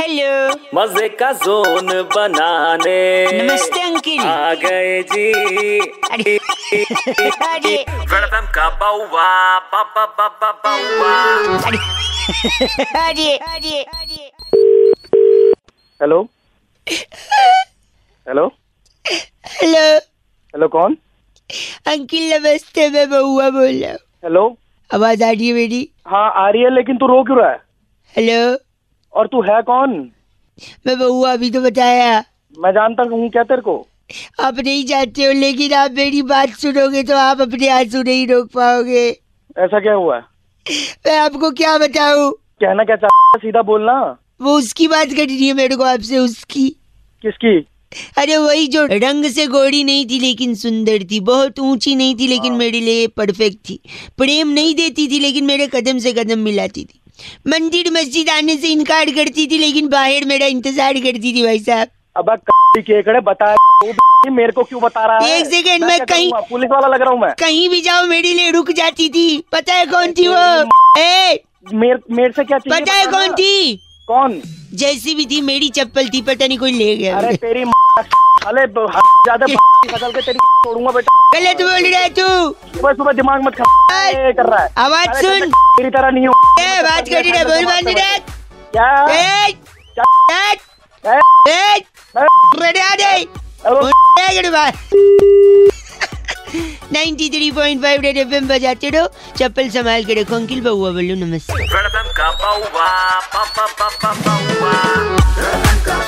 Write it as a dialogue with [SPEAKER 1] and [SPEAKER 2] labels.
[SPEAKER 1] Hello
[SPEAKER 2] मजे का zone बनाने
[SPEAKER 1] नमस्ते अंकिल
[SPEAKER 2] आ गए जी
[SPEAKER 1] अरे अरे
[SPEAKER 2] वेलकम का बाउवा बाबा बाबा बाउवा
[SPEAKER 1] अरे अरे अरे
[SPEAKER 3] हेलो हेलो
[SPEAKER 1] हेलो
[SPEAKER 3] हेलो कौन
[SPEAKER 1] अंकिल नमस्ते मैं बउआ बोल रहा हूँ
[SPEAKER 3] हेलो
[SPEAKER 1] आवाज आ रही है मेरी
[SPEAKER 3] हाँ आ रही है लेकिन तू रो क्यों रहा है
[SPEAKER 1] हेलो
[SPEAKER 3] और तू है कौन
[SPEAKER 1] मैं बउआ अभी तो बताया
[SPEAKER 3] मैं जानता हूँ क्या तेरे को
[SPEAKER 1] आप नहीं जानते हो लेकिन आप मेरी बात सुनोगे तो आप अपने आंसू नहीं रोक पाओगे
[SPEAKER 3] ऐसा क्या हुआ है
[SPEAKER 1] मैं आपको क्या बताऊं
[SPEAKER 3] कहना क्या चाह सीधा बोलना
[SPEAKER 1] वो उसकी बात करनी है मेरे को आपसे उसकी
[SPEAKER 3] किसकी
[SPEAKER 1] अरे वही जो रंग से गोरी नहीं थी लेकिन सुंदर थी बहुत ऊंची नहीं थी लेकिन मेरे लिए परफेक्ट थी प्रेम नहीं देती थी लेकिन मेरे कदम से कदम मिलाती थी मंदिर मस्जिद आने से इनकार करती थी लेकिन बाहर मेरा इंतजार करती थी भाई साहब
[SPEAKER 3] अब के एकड़े बता तू भी मेरे को क्यों बता रहा है
[SPEAKER 1] एक second, मैं
[SPEAKER 3] क्या
[SPEAKER 1] कहीं-
[SPEAKER 3] करूँगा? पुलिस वाला लग रहा हूँ मैं
[SPEAKER 1] कहीं भी जाओ मेरे लिए रुक जाती थी पता है कौन थी वो ए
[SPEAKER 3] मेरे मेरे से क्या चाहिए
[SPEAKER 1] पता है
[SPEAKER 3] बता
[SPEAKER 1] कौन
[SPEAKER 3] ना।
[SPEAKER 1] थी
[SPEAKER 3] कौन
[SPEAKER 1] जैसी भी थी मेरी चप्पल थी पता नहीं कोई ले गया
[SPEAKER 3] अरे तेरी अरे ज्यादा फसल के तेरी छोड़ूंगा बेटा
[SPEAKER 1] गलत बोल रहा है तू
[SPEAKER 3] सुबह सुबह दिमाग मत खा ये कर रहा है
[SPEAKER 1] आवाज
[SPEAKER 3] अरे
[SPEAKER 1] सुन
[SPEAKER 3] तेरे तेरी तरह नहीं हूँ
[SPEAKER 1] ए, बात कर रही तो है बोल बांध रहा
[SPEAKER 3] क्या
[SPEAKER 1] है। ए, ए,
[SPEAKER 3] है?
[SPEAKER 1] ए,
[SPEAKER 3] hello
[SPEAKER 1] ninety three point five red F बजाते रहो चप्पल संभाल के रखो अंकिल बउआ बोलो नमस्ते
[SPEAKER 2] वेलकम का बाउवा बाबा बाबा बाउवा